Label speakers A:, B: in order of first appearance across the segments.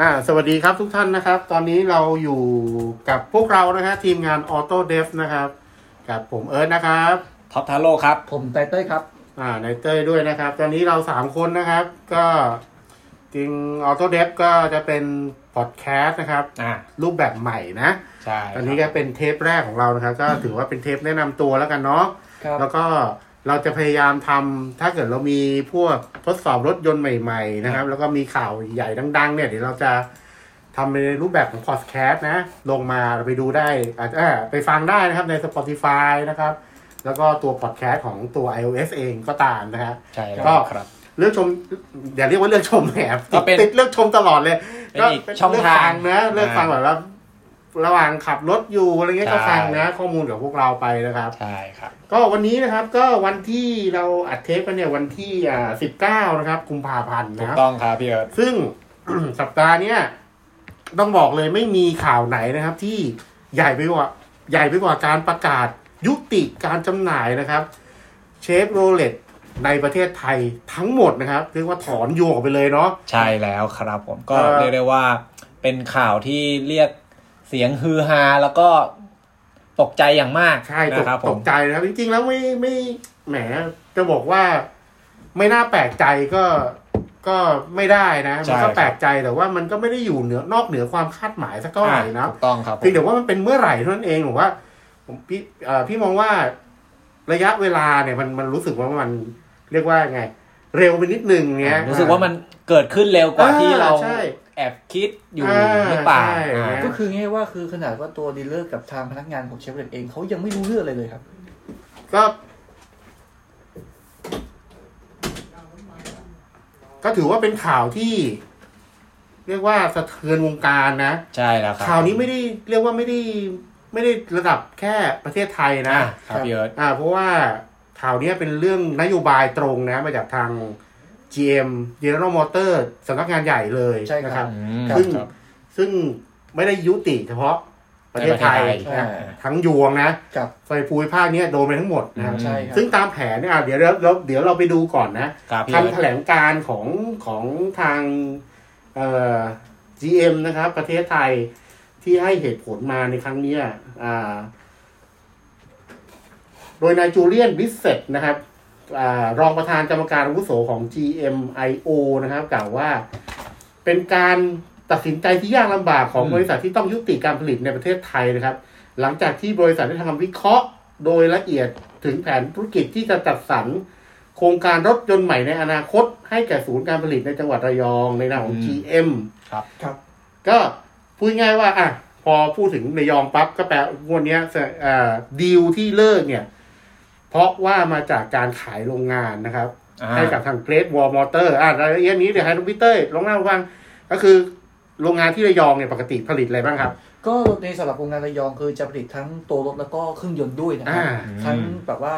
A: อ่าสวัสดีครับทุกท่านนะครับ ตอนนี้เราอยู่กับพวกเรานะฮะทีมงาน Auto d e v นะครับ กับผมเอิร์ธนะครับ
B: ท็อปทาโร่ครับ
C: ผมไตเต้ยครับ
A: อ่าในเต้ยด้วยนะครับ ตอนนี้เราสามคนนะครับ ก็จริง Auto d e v ก็จะเป็นพอดแคสต์นะครับ
B: อ่า
A: รูปแบบใหม่นะ
B: ใช่
A: ตอนนี้ก็เป็นเทปแรกของเรานะครับ ก็ถือว่าเป็นเทปแนะนำตัวแล้วกันเนาะ
C: ครับ
A: แล้วก็เราจะพยายามทำถ้าเกิดเรามีพวกทดสอบรถยนต์ใหม่ๆนะครับ แล้วก็มีข่าวใหญ่ดัง ๆ เนี่ยเดี๋ยวเราจะทำในรูปแบบของพอดแคสต์นะ ลงมาไปดูได้อาจจะเอ่อไปฟังได้นะครับใน Spotify นะครับ แล้วก็ตัวพอดแคสต์ของตัว iOS เองก็ตามนะฮะ
B: ใช่แล้ว
A: ก็
B: ครับ
A: เลือกชมอย่าเรียกว่าเลือกชมแหม
B: ก็เป็น
A: ติดเลือกชมตลอดเลย
B: เป็นอีกช่องทาง
A: เลือกฟันะเลือกฟังแบบว่าระหว่างขับรถอยู่อะไรเงี้ยก็
B: ใช่
A: ฟังนะ ข้อมูลกับพวกเราไปนะครับ
B: ใช่ครับ
A: ก็วันนี้นะครับก็วันที่เราอัดเทปกันเนี่ยวันที่อ่าสิบเก้า19 นะครับกุมภาพันธ์
B: ถู
A: นะ
B: ก
A: ครับ
B: ต้องครับพี่เอิร์ธ
A: ซึ่ง สัปดาห์เนี้ยต้องบอกเลยไม่มีข่าวไหนนะครับ ที่ใหญ่ไปกว่าใหญ่ไปกว่าการประกาศยุติการจำหน่ายนะครับเชฟโรเลตในประเทศไทยทั้งหมดนะครับ เรียกว่าถอนโยงออกไปเลยเนาะ
B: ใช่แล้วครับผมก็
A: เอ่อ
B: เรียกได้ว่าเป็นข่าวที่เรียกเสียงฮือฮาแล้วก็ตกใจอย่างมาก
A: ใช่ตก
B: นะครับผ
A: ต
B: ม
A: กใจนะครับ จริงๆแล้วไม่ไม่แหมจะบอกว่าไม่น่าแปลกใจก็ก็ไม่ได้นะ
B: ใช่
A: มัน
B: ครั
A: ก็
B: บ
A: แปลกใจแต่ว่ามันก็ไม่ได้อยู่เหนือนอกเหนือความคาดหมายสักเท่าไหร่นะ
B: อ่าถูกต้องครับผม
A: เพียงแต่ว่ามันเป็นเมื่อไหร่เท่านั้นเองผมว่าผมพี่เอ่อพี่มองว่าระยะเวลาเนี่ยมันมันรู้สึกว่ามันเรียกว่าไง เร็วไปนิดนึงเนี้ย
B: รู้สึกว่ามันเกิดขึ้นเร็วกว่า
A: อ่า
B: ที่เรา
A: ใช่
B: แอบคิดอยู่
A: อ่า
B: หรือเปล่า
A: ใช่
B: อ่า
A: เนี่ย
C: ก็คือง่ายๆว่าคือขนาดว่าตัวดีลเลอร์กับทางพนักงานของเชฟเลตเองเขายังไม่รู้เรื่องอะไรเลยครับ
A: ก็ ก็ถือว่าเป็นข่าวที่ เรียกว่าสะเทือนวงการนะ
B: ใช่แล้วครับ
A: ข่าวนี้ไม่ได้เรียกว่าไม่ได้ไม่ได้ระดับแค่ประเทศไทยนะ
B: อ่าครับพี่เอิร์ธ
A: อ่า เพราะว่าข่าวเนี้ยเป็นเรื่องนโยบายตรงนะ มาจากทาง GM General Motor สำนักงานใหญ่เลย
C: ใช่ครับ
A: นะซึ่
B: อืม
A: ง
B: ครับ
A: ซึ่งไม่ได้ยุติเฉพาะประเทศไทย
B: ในประเทศไทย
A: นะทั้งยวงนะ
C: กับ
A: ไฟภูมิภาคเนี้ยโดนไปทั้งหมดนะ
B: อืม
C: ใช่ครับ
A: ซึ่งตามแผนเนี่ยอ่ะเดี๋ยวเราเราเดี๋ยวเราไปดูก่อนนะครับ
B: พี่เอิ
A: คำ
B: ร์ธ
A: แถลงการของของทางเอ่อ GM นะครับ ประเทศไทยที่ให้เหตุผลมาในครั้งเนี้ยอ่า โดยนายจูเลียนบิสเซตนะครับอารองประธานกรรมการอาวุโสของ GMIO นะครับ กล่าวว่าเป็นการตัดสินใจที่ยากลำบากของบริษัทที่ต้องยุติการผลิตในประเทศไทยนะครับ หลังจากที่บริษัทได้ทำวิเคราะห์โดยละเอียดถึงแผนธุรกิจที่จะจัดสรรโครงการรถยนต์ใหม่ในอนาคต ให้แก่ศูนย์การผลิตในจังหวัดระยองในนามของ GM
C: ครับ
A: ก็พูดง่ายว่า อ่ะ พอพูดถึงระยองปั๊บก็แปลงวดเนี้ยเอ่อดีลที่เลิกเนี่ย เพราะว่ามาจากการขายโรงงานนะครับ
B: อ่า
A: ให้กับทางเกรดวอลมอเตอร์อ่ะรายละเอียดนี้เดี๋ยวให้ทุกพี่เต้ยลองเล่าให้ฟังก็คือโรงงานที่ระยองเนี่ยปกติผลิตอะไรบ้างครับ
C: ก็ในสำหรับโรงงานระยองคือจะผลิตทั้งตัวรถแล้วก็เครื่องยนต์ด้วยนะค
A: อ่า
C: รับ ทั้งแบบว่า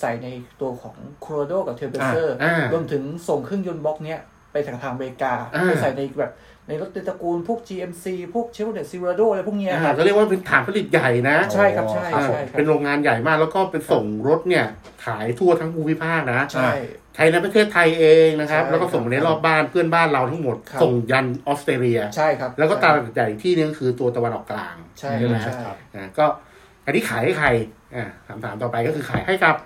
C: ใส่ในตัวของโคโรโดกับเทเบเซอร์
A: อ่าร
C: วมถึงส่งเครื่องยนต์บล็อกเนี้ยไปทางทางอเมริกา
A: อ่า
C: ไปใส่ในแบบในรถในตระกูลพวก GMC พวกเชฟเลตซิราโดอะไรพวกเนี้ยค
A: อ่า
C: รับ
A: ก็เรียกว่าเป็นฐานผลิตใหญ่นะ
C: ใช่ครับใช่
A: อ่า
C: ใช่ครับ
A: เป็นโรงงานใหญ่มากแล้วก็เป็นส่งรถเนี่ย ขายทั่วทั้งภูมิภาคนะ
C: ใช่
A: ไทยในประเทศไทยเองนะครับ
C: ใช่
A: แล้วก็ส่งไปในรอบบ้านเพื่อนบ้านเราทั้งหมด
C: ครับ
A: ส่งยันออสเตรเลีย
C: ใช่ครับ
A: แล้วก็ตลาดใหญ่ที่หนึงคือตัวตะวันออกกลาง
C: ใช่
A: ใช่ไหม
C: ใช่
B: ครับ
A: อ่าก็อันนี้ขายให้ใครอ่าคำถามต่อไปก็คือขายให้กับ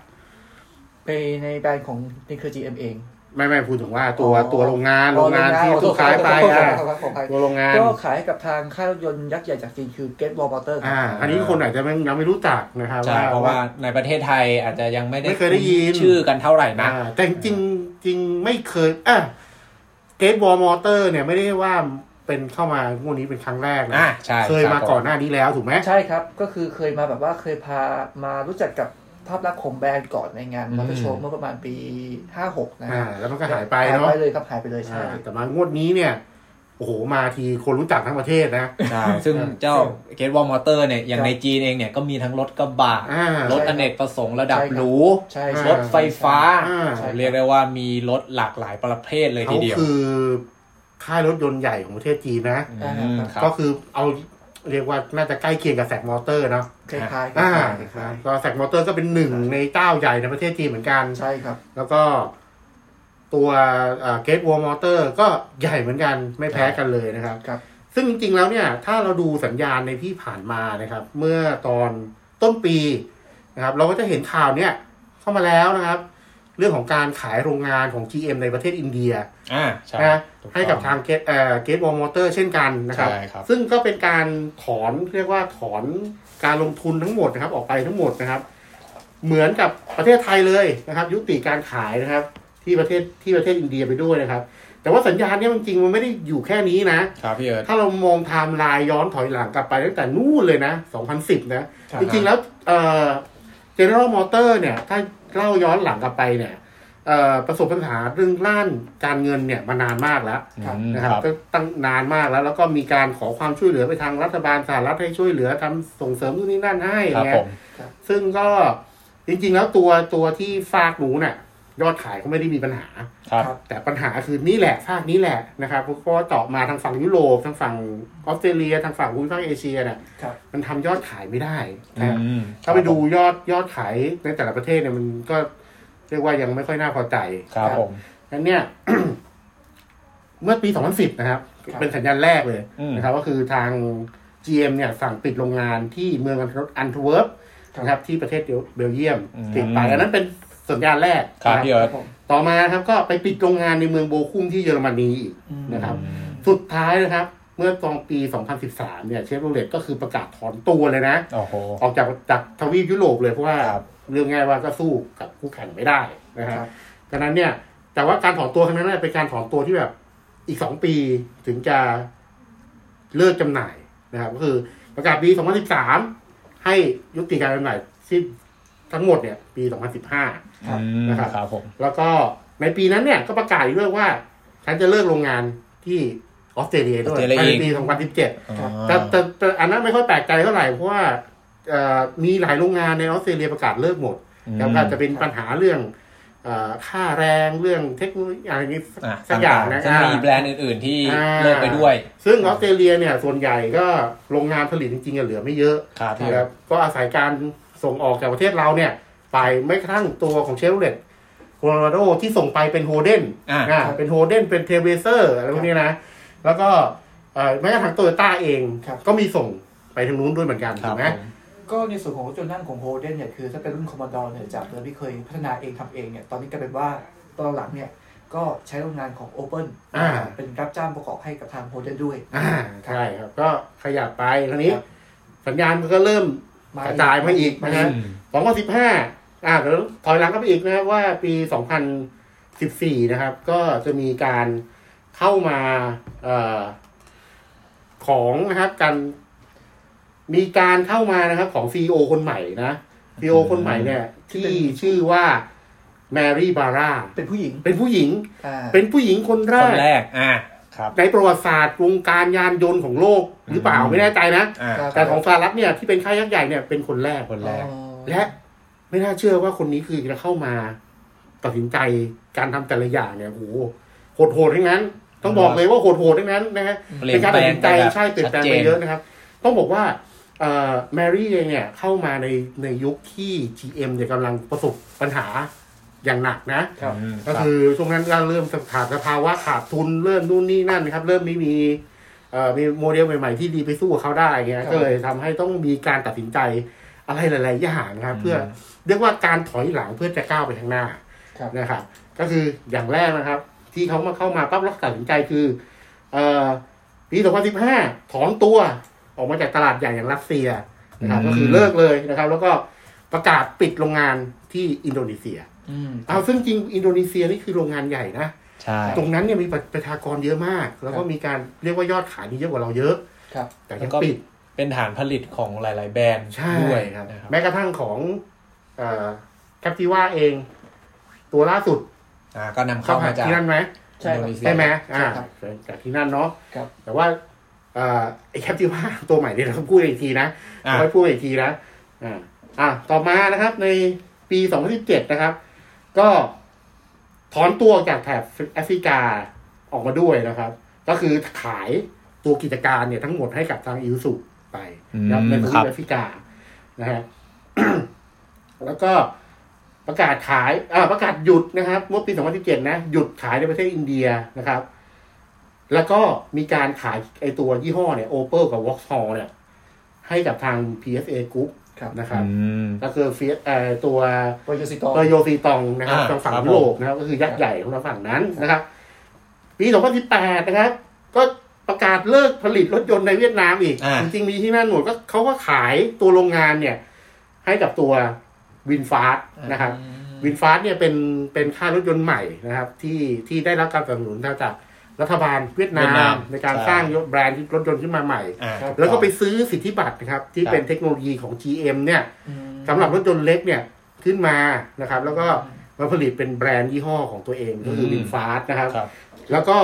C: ไปในแบรนด์ของในเครือ GM เอง
A: ไม่ไม่พูดถึงว่าตัว
C: อ๋อ
A: ตัวโรงงานโรงงานที่
C: อ๋อ
A: ถูกขายไปอ่ะ
C: ขออภัย
A: ตัวโรงงาน
C: ก็ขายให้กับทางค่ายรถยนต์ยักษ์ใหญ่จากจีนคือเกตวอลมอเตอร์
A: อ่า อันนี้คนอาจจะไม่ยังไม่รู้จักนะครับ
B: ใช่เพราะว่าในประเทศไทยอาจจะยังไม่ได้
A: ไม่เคยได้ยิน
B: ชื่อกันเท่าไหร่นะ
A: อ่าแต่จริงๆจริงไม่เคยอ่ะเกตบอลมอเตอร์เนี่ยไม่ได้ว่าเป็นเข้ามางวดนี้เป็นครั้งแรกนะ
B: อ่าใช่
A: เคยมา
B: ครับ
A: ก่อนหน้านี้แล้วถูกไหม
C: ใช่ครับ ก็คือเคยมาแบบว่าเคยพามารู้จักกับภาพลักษณ์ของแบรนด์ก่อนในงาน
B: อืม
C: มอเตอร์โชว์เมื่อประมาณปี 56 นะ
A: อ่า แล้วมันก็หายไป
C: หาย
A: เนาะ
C: ไปเลยครับหายไปเลยใช่
A: อ่าแต่มางวดนี้เนี่ย โอ้โหมาทีคนรู้จักทั้งประเทศนะ
B: ใช่ซึ่งเจ้าเกตวอลมอเตอร์เนี่ยอย่างในจีนเองเนี่ยก็มีทั้งรถกระบะ
A: อ่าร ร
B: ถอเนกประสงค์ระดับ
C: ใช่ครับ
B: หรู
C: ใช่
A: อ่า
B: รถไฟฟ้า
A: อ่า
C: ใช่
B: เรียกได้ว่ามีรถหลากหลายประเภทเลยที
A: เขา
B: เดียว
A: คือค่ายรถยนต์ใหญ่ของประเทศจีนนะ
B: อืมครับ
A: ก็คือเอาเรียกว่าน่าจะใกล้เคียงกับแซกมอเตอร์เนาะ
C: คล้ายๆค
A: อ่า
C: ล้ายๆคล้าย
A: ก็แซกมอเตอร์ก็เป็นหนึ่งในเจ้าใหญ่ในประเทศจีนเหมือนกัน
C: ๆใช่ครับ
A: แล้วก็ ตัวเกตวอลมอเตอร์ก็ใหญ่เหมือนกันไม่แพ้กันเลยนะครับ
C: ครับ
A: ซึ่งจริงๆแล้วเนี่ย ถ้าเราดูสัญญาณในที่ผ่านมานะครับ เมื่อตอนต้นปีนะครับ เราก็จะเห็นข่าวเนี่ยเข้ามาแล้วนะครับ เรื่องของการขายโรงงานของ GM ในประเทศอินเดีย
B: อ่าใช่
A: นะ
B: ถูกต้อง
A: ให้กับทางเกตเอ่อเกตวอลมอเตอร์เช่นกันนะครับ
B: ใช่ครับ
A: ซึ่งก็เป็นการถอนเรียกว่าถอนการลงทุนทั้งหมดนะครับ ออกไปทั้งหมดนะครับ เหมือนกับประเทศไทยเลยนะครับ ยุติการขายนะครับ ที่ประเทศที่ประเทศอินเดียไปด้วยนะครับ แต่ว่าสัญญาณเนี่ยจริงๆมันไม่ได้อยู่แค่นี้นะ
B: ครับพี่เอิร์ธ
A: ถ้าเรามองไทม์ไลน์ย้อนถอยหลังกลับไปตั้งแต่นู่นเลยนะ 2010 นะ
B: ครับ
A: จริงๆ แล้วเอ่อ General Motor เนี่ย ถ้าเล่าย้อนหลังกลับไปเนี่ยเอ่อประสบปัญหาเรื่องด้านการเงินเนี่ยมานานมากแล้ว
C: ครับ
B: อืม
A: นะ
B: ค
A: ค
B: รั
A: รั
B: บบ
A: ก็ตั้งนานมากแล้ว แล้วก็มีการขอความช่วยเหลือไปทางรัฐบาลสหรัฐให้ช่วยเหลือทำส่งเสริมนู่นนี่นั่นให้
B: ครับ
A: นะ
B: ผม
A: ซึ่งก็จริง ๆ แล้วตัวตัวที่ฟากหนูเนี่ยยอดขายก็ไม่ได้มีปัญหา
B: ครับ
A: แต่ปัญหาคือนี่แหละภาคนี้แหละนะครับเพราะว่าต่อมาทางฝั่งยุโรปทางฝั่งออสเตรเลีย ทางฝั่งภูมิภาคเอเชียเนี่ย
C: ครับ
A: มันทำยอดขายไม่ได้
B: อื
A: นะ
B: ม
A: ถ้าไปดูยอดยอดขายในแต่ละประเทศเนี่ยมันก็เรียกว่ายังไม่ค่อยน่าพอใจ
B: ครับผม
A: นั้นเนี่ย เมื่อปี 2010 นะครับ
C: ครับ
A: เป็นสัญญาณแรกเลย
B: อืม
A: นะครับ ก็คือทาง GM เนี่ยสั่งปิดโรงงานที่เมืองอันทเวิร์ปนะครับ ที่ประเทศเบลเยียมปิดไปอันนั้นเป็นสัญญาณแรก
B: ครับ
A: นะ
B: พี่
C: ค
B: เอิ
C: รั
B: ร์
C: บ
B: ธ
C: ผม
A: ต่อมาครับก็ไปปิดโรงงานในเมืองโบคุมที่เยอรมนีอีก
C: อืม
A: นะครับ สุดท้ายนะครับ เมื่อตอนปี 2013 เนี่ยเชฟโรเลตก็คือประกาศถอนตัวเลยนะ
B: โอ้โห
A: ออกจากจากทวีปยุโรปเลยเพราะว่า
B: ครับ
A: เรื่องง่ายว่าก็สู้กับคู่แข่งไม่ได้นะ
C: ค
A: ฮะ
C: รับ
A: ดังนั้นเนี่ย แต่ว่าการถอนตัวครั้งนั้นเนยเป็นการถอนตัวที่แบบอีก 2 ปีถึงจะเลิกจำหน่ายนะครับ ก็คือประกาศปี 2013 ให้ยุติการจำหน่ายสิ้นทั้งหมดเนี่ย ปี 2015
C: ครับ
B: อืม
A: นะครับ
B: ครับผม
A: แล้วก็ในปีนั้นเนี่ยก็ประกาศอีกด้วยว่า ฉันจะเลิกโรงงานที่ออสเตรเลียด้วยภายในปี 2017
B: อ๋อ
A: แต่แต่แต่อันนั้นไม่ค่อยแปลกใจเท่าไหร่ เพราะว่าเอ่อมีหลายโรงงานในออสเตรเลียประกาศเลิกหมดแล้วก็จะเป็นปัญหาเรื่องเอ่อค่าแรงเรื่องเทคโนโลยีอะไรนี้
B: อ่ะ
A: สักอย่างนะ
B: ซึ่ง
A: อ่า
B: มีแบรนด์อื่น ๆ ที่
A: อ่า
B: เลิกไปด้วย
A: ซึ่งออสเตรเลียเนี่ยส่วนใหญ่ก็โรงงานผลิตจริงๆอะเหลือไม่เยอะ
B: ครับพี่
A: นะครั
B: เอิร์ธ
A: บก็อาศัยการส่งออกจากประเทศเราเนี่ย ไปไม่กระทั่งตัวของเชฟโรเลตโคโลราโดที่ส่งไปเป็นโฮเดน
B: อ่ะ
A: นะเป็นโฮเดนเป็นเทเวเซอร์อะไรพวกนี้นะ แล้วก็เอ่อแม้กระทั่งโตโยต้าเอง
C: ครับ
A: ก็มีส่งไปทางนู้นด้วยเหมือนกัน
B: ค
A: ถู
B: รับ
A: กไหม
B: ผม
C: ก็ในส่วนของรถยนต์นั่งของโฮเดนเนี่ยคือถ้าเป็นรุ่นคอมมานดอร์เนี่ยจากเดิมที่เคยพัฒนาเองทำเองเนี่ยตอนนี้กลายเป็นว่าตอนหลังเนี่ยก็ใช้โรงงานของ Open
A: อ่า
C: เป็นรับจ้างประกอบให้กับทางโฮเดนด้วย
A: อ่าใช่ครับ ก็ขยับไปคราวนี้
C: ครับ
A: สัญญาณมันก็เริ่ม กระจายมาอีกนะฮะ
B: อืม
A: 2015อ่าเดี๋ยวถอยหลังก็ไปอีกนะครับว่าปี 2014 นะครับ ก็จะมีการเข้ามาเออของนะครับการมีการเข้ามานะครับ ของซีอคนใหม่นะซีอคนใหม่เนี่ย ที่ชื่อว่าแมรี่บาร่า
C: เป็นผู้หญิง
A: เป็นผู้หญิง
C: อ่า
A: เป็นผู้หญิงคนแร
B: คน
A: ก
B: แรก อ่ะครับ
A: ในประวัติศาสตร์วงการยานยนต์ของโลกหรือเปล่า
B: อืม
A: ไม่แน่ใจนะ
B: อ่ะ
C: ครับ
A: แต่ของสหรัฐเนี่ยที่เป็นค่ายยักษ์ใหญ่เนี่ยเป็นคนแรก
B: คนแรก
C: อ๋อ
A: และไม่น่าเชื่อว่าคนนี้คือจะเข้ามาตัดสินใจการทำแต่ละอย่างเนี่ยโอ้โหโหดโหดๆทั้งนั้น ต้องบอกเลยว่าโหดโหดๆทั้งนั้นนะฮะ
B: เปลี่ย
A: เป็นนการ
B: แปล
A: ตัด
B: ง
A: สินใจ
B: แบบ
A: ใช่เปลี่ยนแปลง
B: ชัดเจ
A: ไป
B: น
A: เยอะนะครับ ต้องบอกว่าเอ่อแมรี่เองเนี่ยเข้ามาในในยุคที่ GM เนี่ยกำลังประสบปัญหาอย่างหนักนะ
C: ครับ
B: อืม
A: ก็
B: รับ
A: คือช่วงนั้นก็เริ่มขาดสภาวะขาดทุนเริ่มนู่นนี่นั่นนะครับ เริ่มไม่มีเอ่อมีโมเดลใหม่ๆที่ดีไปสู้กับเขาได้เงี้
C: ครั
A: ย
C: บ
A: ก็เลยทำให้ต้องมีการตัดสินใจอะไรหลาย ๆ อย่างนะครับ
B: อืม
A: เพื่อเรียกว่าการถอยหลังเพื่อจะก้าวไปข้างหน้า
C: ครับ
A: นะครับก็คืออย่างแรกนะครับ ที่เขามาเข้ามาปั๊บแล้วตัดสินใจคือเอ่อปี2015 ถอนตัวออกมาจากตลาดใหญ่อย่างรัสเซียนะครับ ก็คือเลิกเลยนะครับ แล้วก็ประกาศปิดโรงงานที่อินโดนีเซีย
C: อืม
A: เอาซึ่งจริงอินโดนีเซียนี่คือโรงงานใหญ่นะ
B: ใช่
A: ตรงนั้นเนี่ยมีประประชากรเยอะมาก แล้วก็
C: ครับ
A: มีการเรียกว่ายอดขายนี่เยอะกว่าเราเยอะ
C: ครับ
A: แต่ยังปิด
B: เป็นฐานผลิตของหลาย ๆ แบรนด์
A: ใช่
B: ด้วย
A: ครับ
B: นะครับ
A: แม้กระทั่งของแคปติว่าเอง ตัวล่าสุด
B: อ่ะก็นำ
A: เข้า
B: เข้ามา
A: หา
B: จาก
A: ที่นั่นไหม
C: ใช่ครับ
B: อินโดนีเซีย
A: ใช่ไหมอ่า
C: ครับ
A: จากที่นั่นเนาะ
C: ครับ
A: แต่ว่าเอ่อไอแคปติว่า ตัวใหม่เนี่ยเราพูดอีกทีนะ
B: อ่ะ
A: ค่อยพูดอีกทีนะ อ่า อ่า ต่อมานะครับ ในปี 2017 นะครับ ก็ถอนตัวออกจากแถบแอฟริกาออกมาด้วยนะครับ ก็คือขายตัวกิจการเนี่ยทั้งหมดให้กับทางอิวสุไป นะครับในทวีปแอฟริกานะฮะ แล้วก็ ประกาศขายอ่าประกาศหยุดนะครับเมื่อปี 2017 นะ หยุดขายในประเทศอินเดียนะครับ แล้วก็มีการขายไอตัวยี่ห้อเนี่ยโอเปอร์กับวอล์กฮอเนี่ย ให้กับทาง PSA Group
C: ครับ
A: นะครับ
B: อืม
A: ก็คือเฟียเอ่อตัว
C: โปรโยซิตอ
A: เปอร์โยซีตองนะครับ
B: อ่า
A: ทางฝั่ง
B: ครับ
A: ยุโรปนะครับ ก็คือยักษ์ใหญ่ของทางฝั่งนั้นนะครับ ปี 2018 นะครับ ก็ประกาศเลิกผลิตรถยนต์ในเวียดนามอีก
B: อ่า
A: จริงๆมีที่นั่นหมดก็เขาก็ขายตัวโรงงานเนี่ย ให้กับตัววินฟาสนะครับ วินฟาสเนี่ยเป็นเป็นค่ายรถยนต์ใหม่นะครับ ที่ที่ได้รับการสนับสนุนจากรัฐบาลเวียดนา
B: เวียดนาม ม
A: ในการ
B: ใช่
A: สร้างรถแบรนด์รถยนต์ขึ้นมาใหม่
B: อ่า
C: ครับ
A: แล้วก็ไปซื้อสิทธิบัตรนะครับ ที่
B: ครับ
A: เป็นเทคโนโลยีของ GM เนี่ย
C: อืม
A: สำหรับรถยนต์เล็กเนี่ยขึ้นมานะครับ แล้วก็มาผลิตเป็นแบรนด์ยี่ห้อของตัวเองก็คือ
B: ม
A: วินฟาสนะครับ
B: ครับ
A: แล้วก็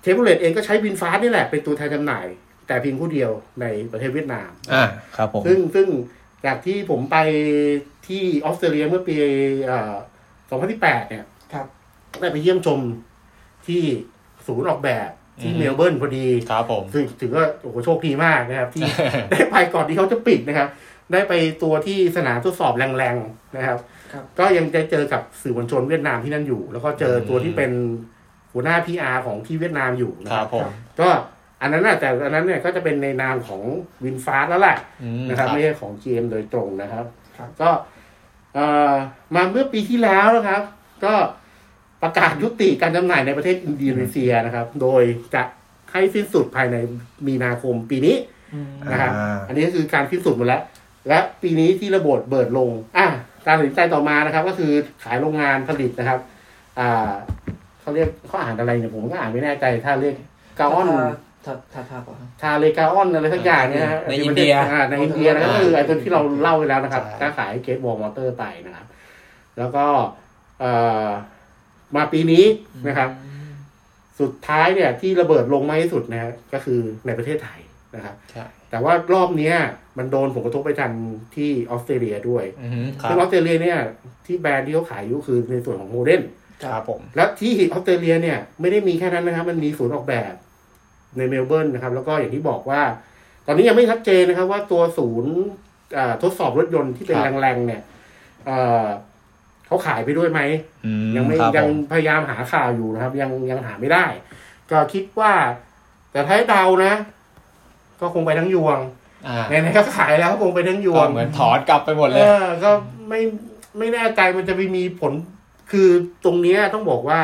A: เชฟโรเลตเองก็ใช้วินฟาสนี่แหละ เป็นตัวแทนจำหน่าย แต่เพียงผู้เดียวในประเทศเวียดนาม
B: อ่า ครับผม
A: ซึ่งซึ่งจากที่ผมไปที่ออสเตรเลียเมื่อปีเอ่อ2018 เนี่ย
C: ครับ
A: ได้ไปเยี่ยมชมที่ศูนย์ออกแบบที่
B: อืม
A: เมลเบิร์นพอดี
B: ครับผม
A: ซึ่งถือว่าโอ้โหโชคดีมากนะครับ ที่ ได้ไปก่อนที่เขาจะปิดนะครับ ได้ไปตัวที่สนามทดสอบแรงๆนะครับ
C: ครับ
A: ก็ยังได้เจอกับสื่อมวลชนเวียดนามที่นั่นอยู่ แล้วก็เจอตัวที่เป็นหัวหน้า PR ของที่เวียดนามอยู่นะ
B: ค
A: ค
B: รั
A: รั
B: บบ ผม
A: ก็อันนั้นนะแต่อันนั้นเนี่ยก็จะเป็นในนามของวินฟาสแล้วแหละ
B: อืม
A: นะครับ ไม่ใช่ของ GM โดยตรงนะครับ
C: ครับ
A: ก็เอ่อมาเมื่อปีที่แล้วนะครับ ก็ประกาศยุติการจำหน่ายในประเทศอินโดนีเซียนะครับ โดยจะให้สิ้นสุดภายในมีนาคมปีนี้
C: อืม
A: นะครับ
B: อ่า
A: อันนี้ก็คือการพิสูจน์หมดแล้ว และปีนี้ที่ระเบิดเบิดลง อ่ะการตัดสินใจต่อมานะครับ ก็คือขายโรงงานผลิตนะครับ อ่าเขาเรียกเขาอ่านอะไรเนี่ยผมก็อ่านไม่แน่ใจ ถ้าเรียกกาออน
C: ทาทาทาป่ะ
A: ทาเลกาออนอะไรสักอย่างเนี่ยฮะ
B: ในอินเดีย
A: าในอินเดียนะก็คือไอ้ตัวที่เราเล่าไปแล้วนะครับ
C: ใช่
A: ก็ขายเกตบอลมอเตอร์ไปนะครับ แล้วก็เอ่อมาปีนี้นะครับ สุดท้ายเนี่ยที่ระเบิดลงมากที่สุดนะฮะก็คือในประเทศไทยนะครับ
B: ใช่
A: แต่ว่ารอบเนี้ยมันโดนผลกระทบไปทันที่ออสเตรเลียด้วย
B: อืมครั
A: ซึ่งออบ สเตรเลียเนี่ยที่แบรนด์ที่เขาขายอยู่คือในส่วนของโมเดน
B: ครับผม
A: และที่ออสเตรเลียเนี่ยไม่ได้มีแค่นั้นนะครับ มันมีศูนย์ออกแบบในเมลเบิร์นนะครับ แล้วก็อย่างที่บอกว่า ตอนนี้ยังไม่ชัดเจนนะครับ ว่าตัวศูนย์อ่าทดสอบรถยนต์ที่เป็น
B: ครับ
A: แรงๆเนี่ยเอ่อเขาขายไปด้วยไหม
B: อืม
A: ยังไม่
B: ครับ
A: ยัง
B: ผ
A: พยายามหาข่าวอยู่นะครับ ยังยังหาไม่ได้ ก็คิดว่า แต่ถ้าให้เดานะ ก็คงไปทั้งยวง
B: อ่า
A: ไหนๆก็ขายแล้วก็คงไปทั้งยว
B: ก็
A: ง
B: เหมือนถอนกลับไปหมดเล
A: เอย อก็ไม่ไม่แน่ใจมันจะไปมีผล คือตรงเนี้ยต้องบอกว่า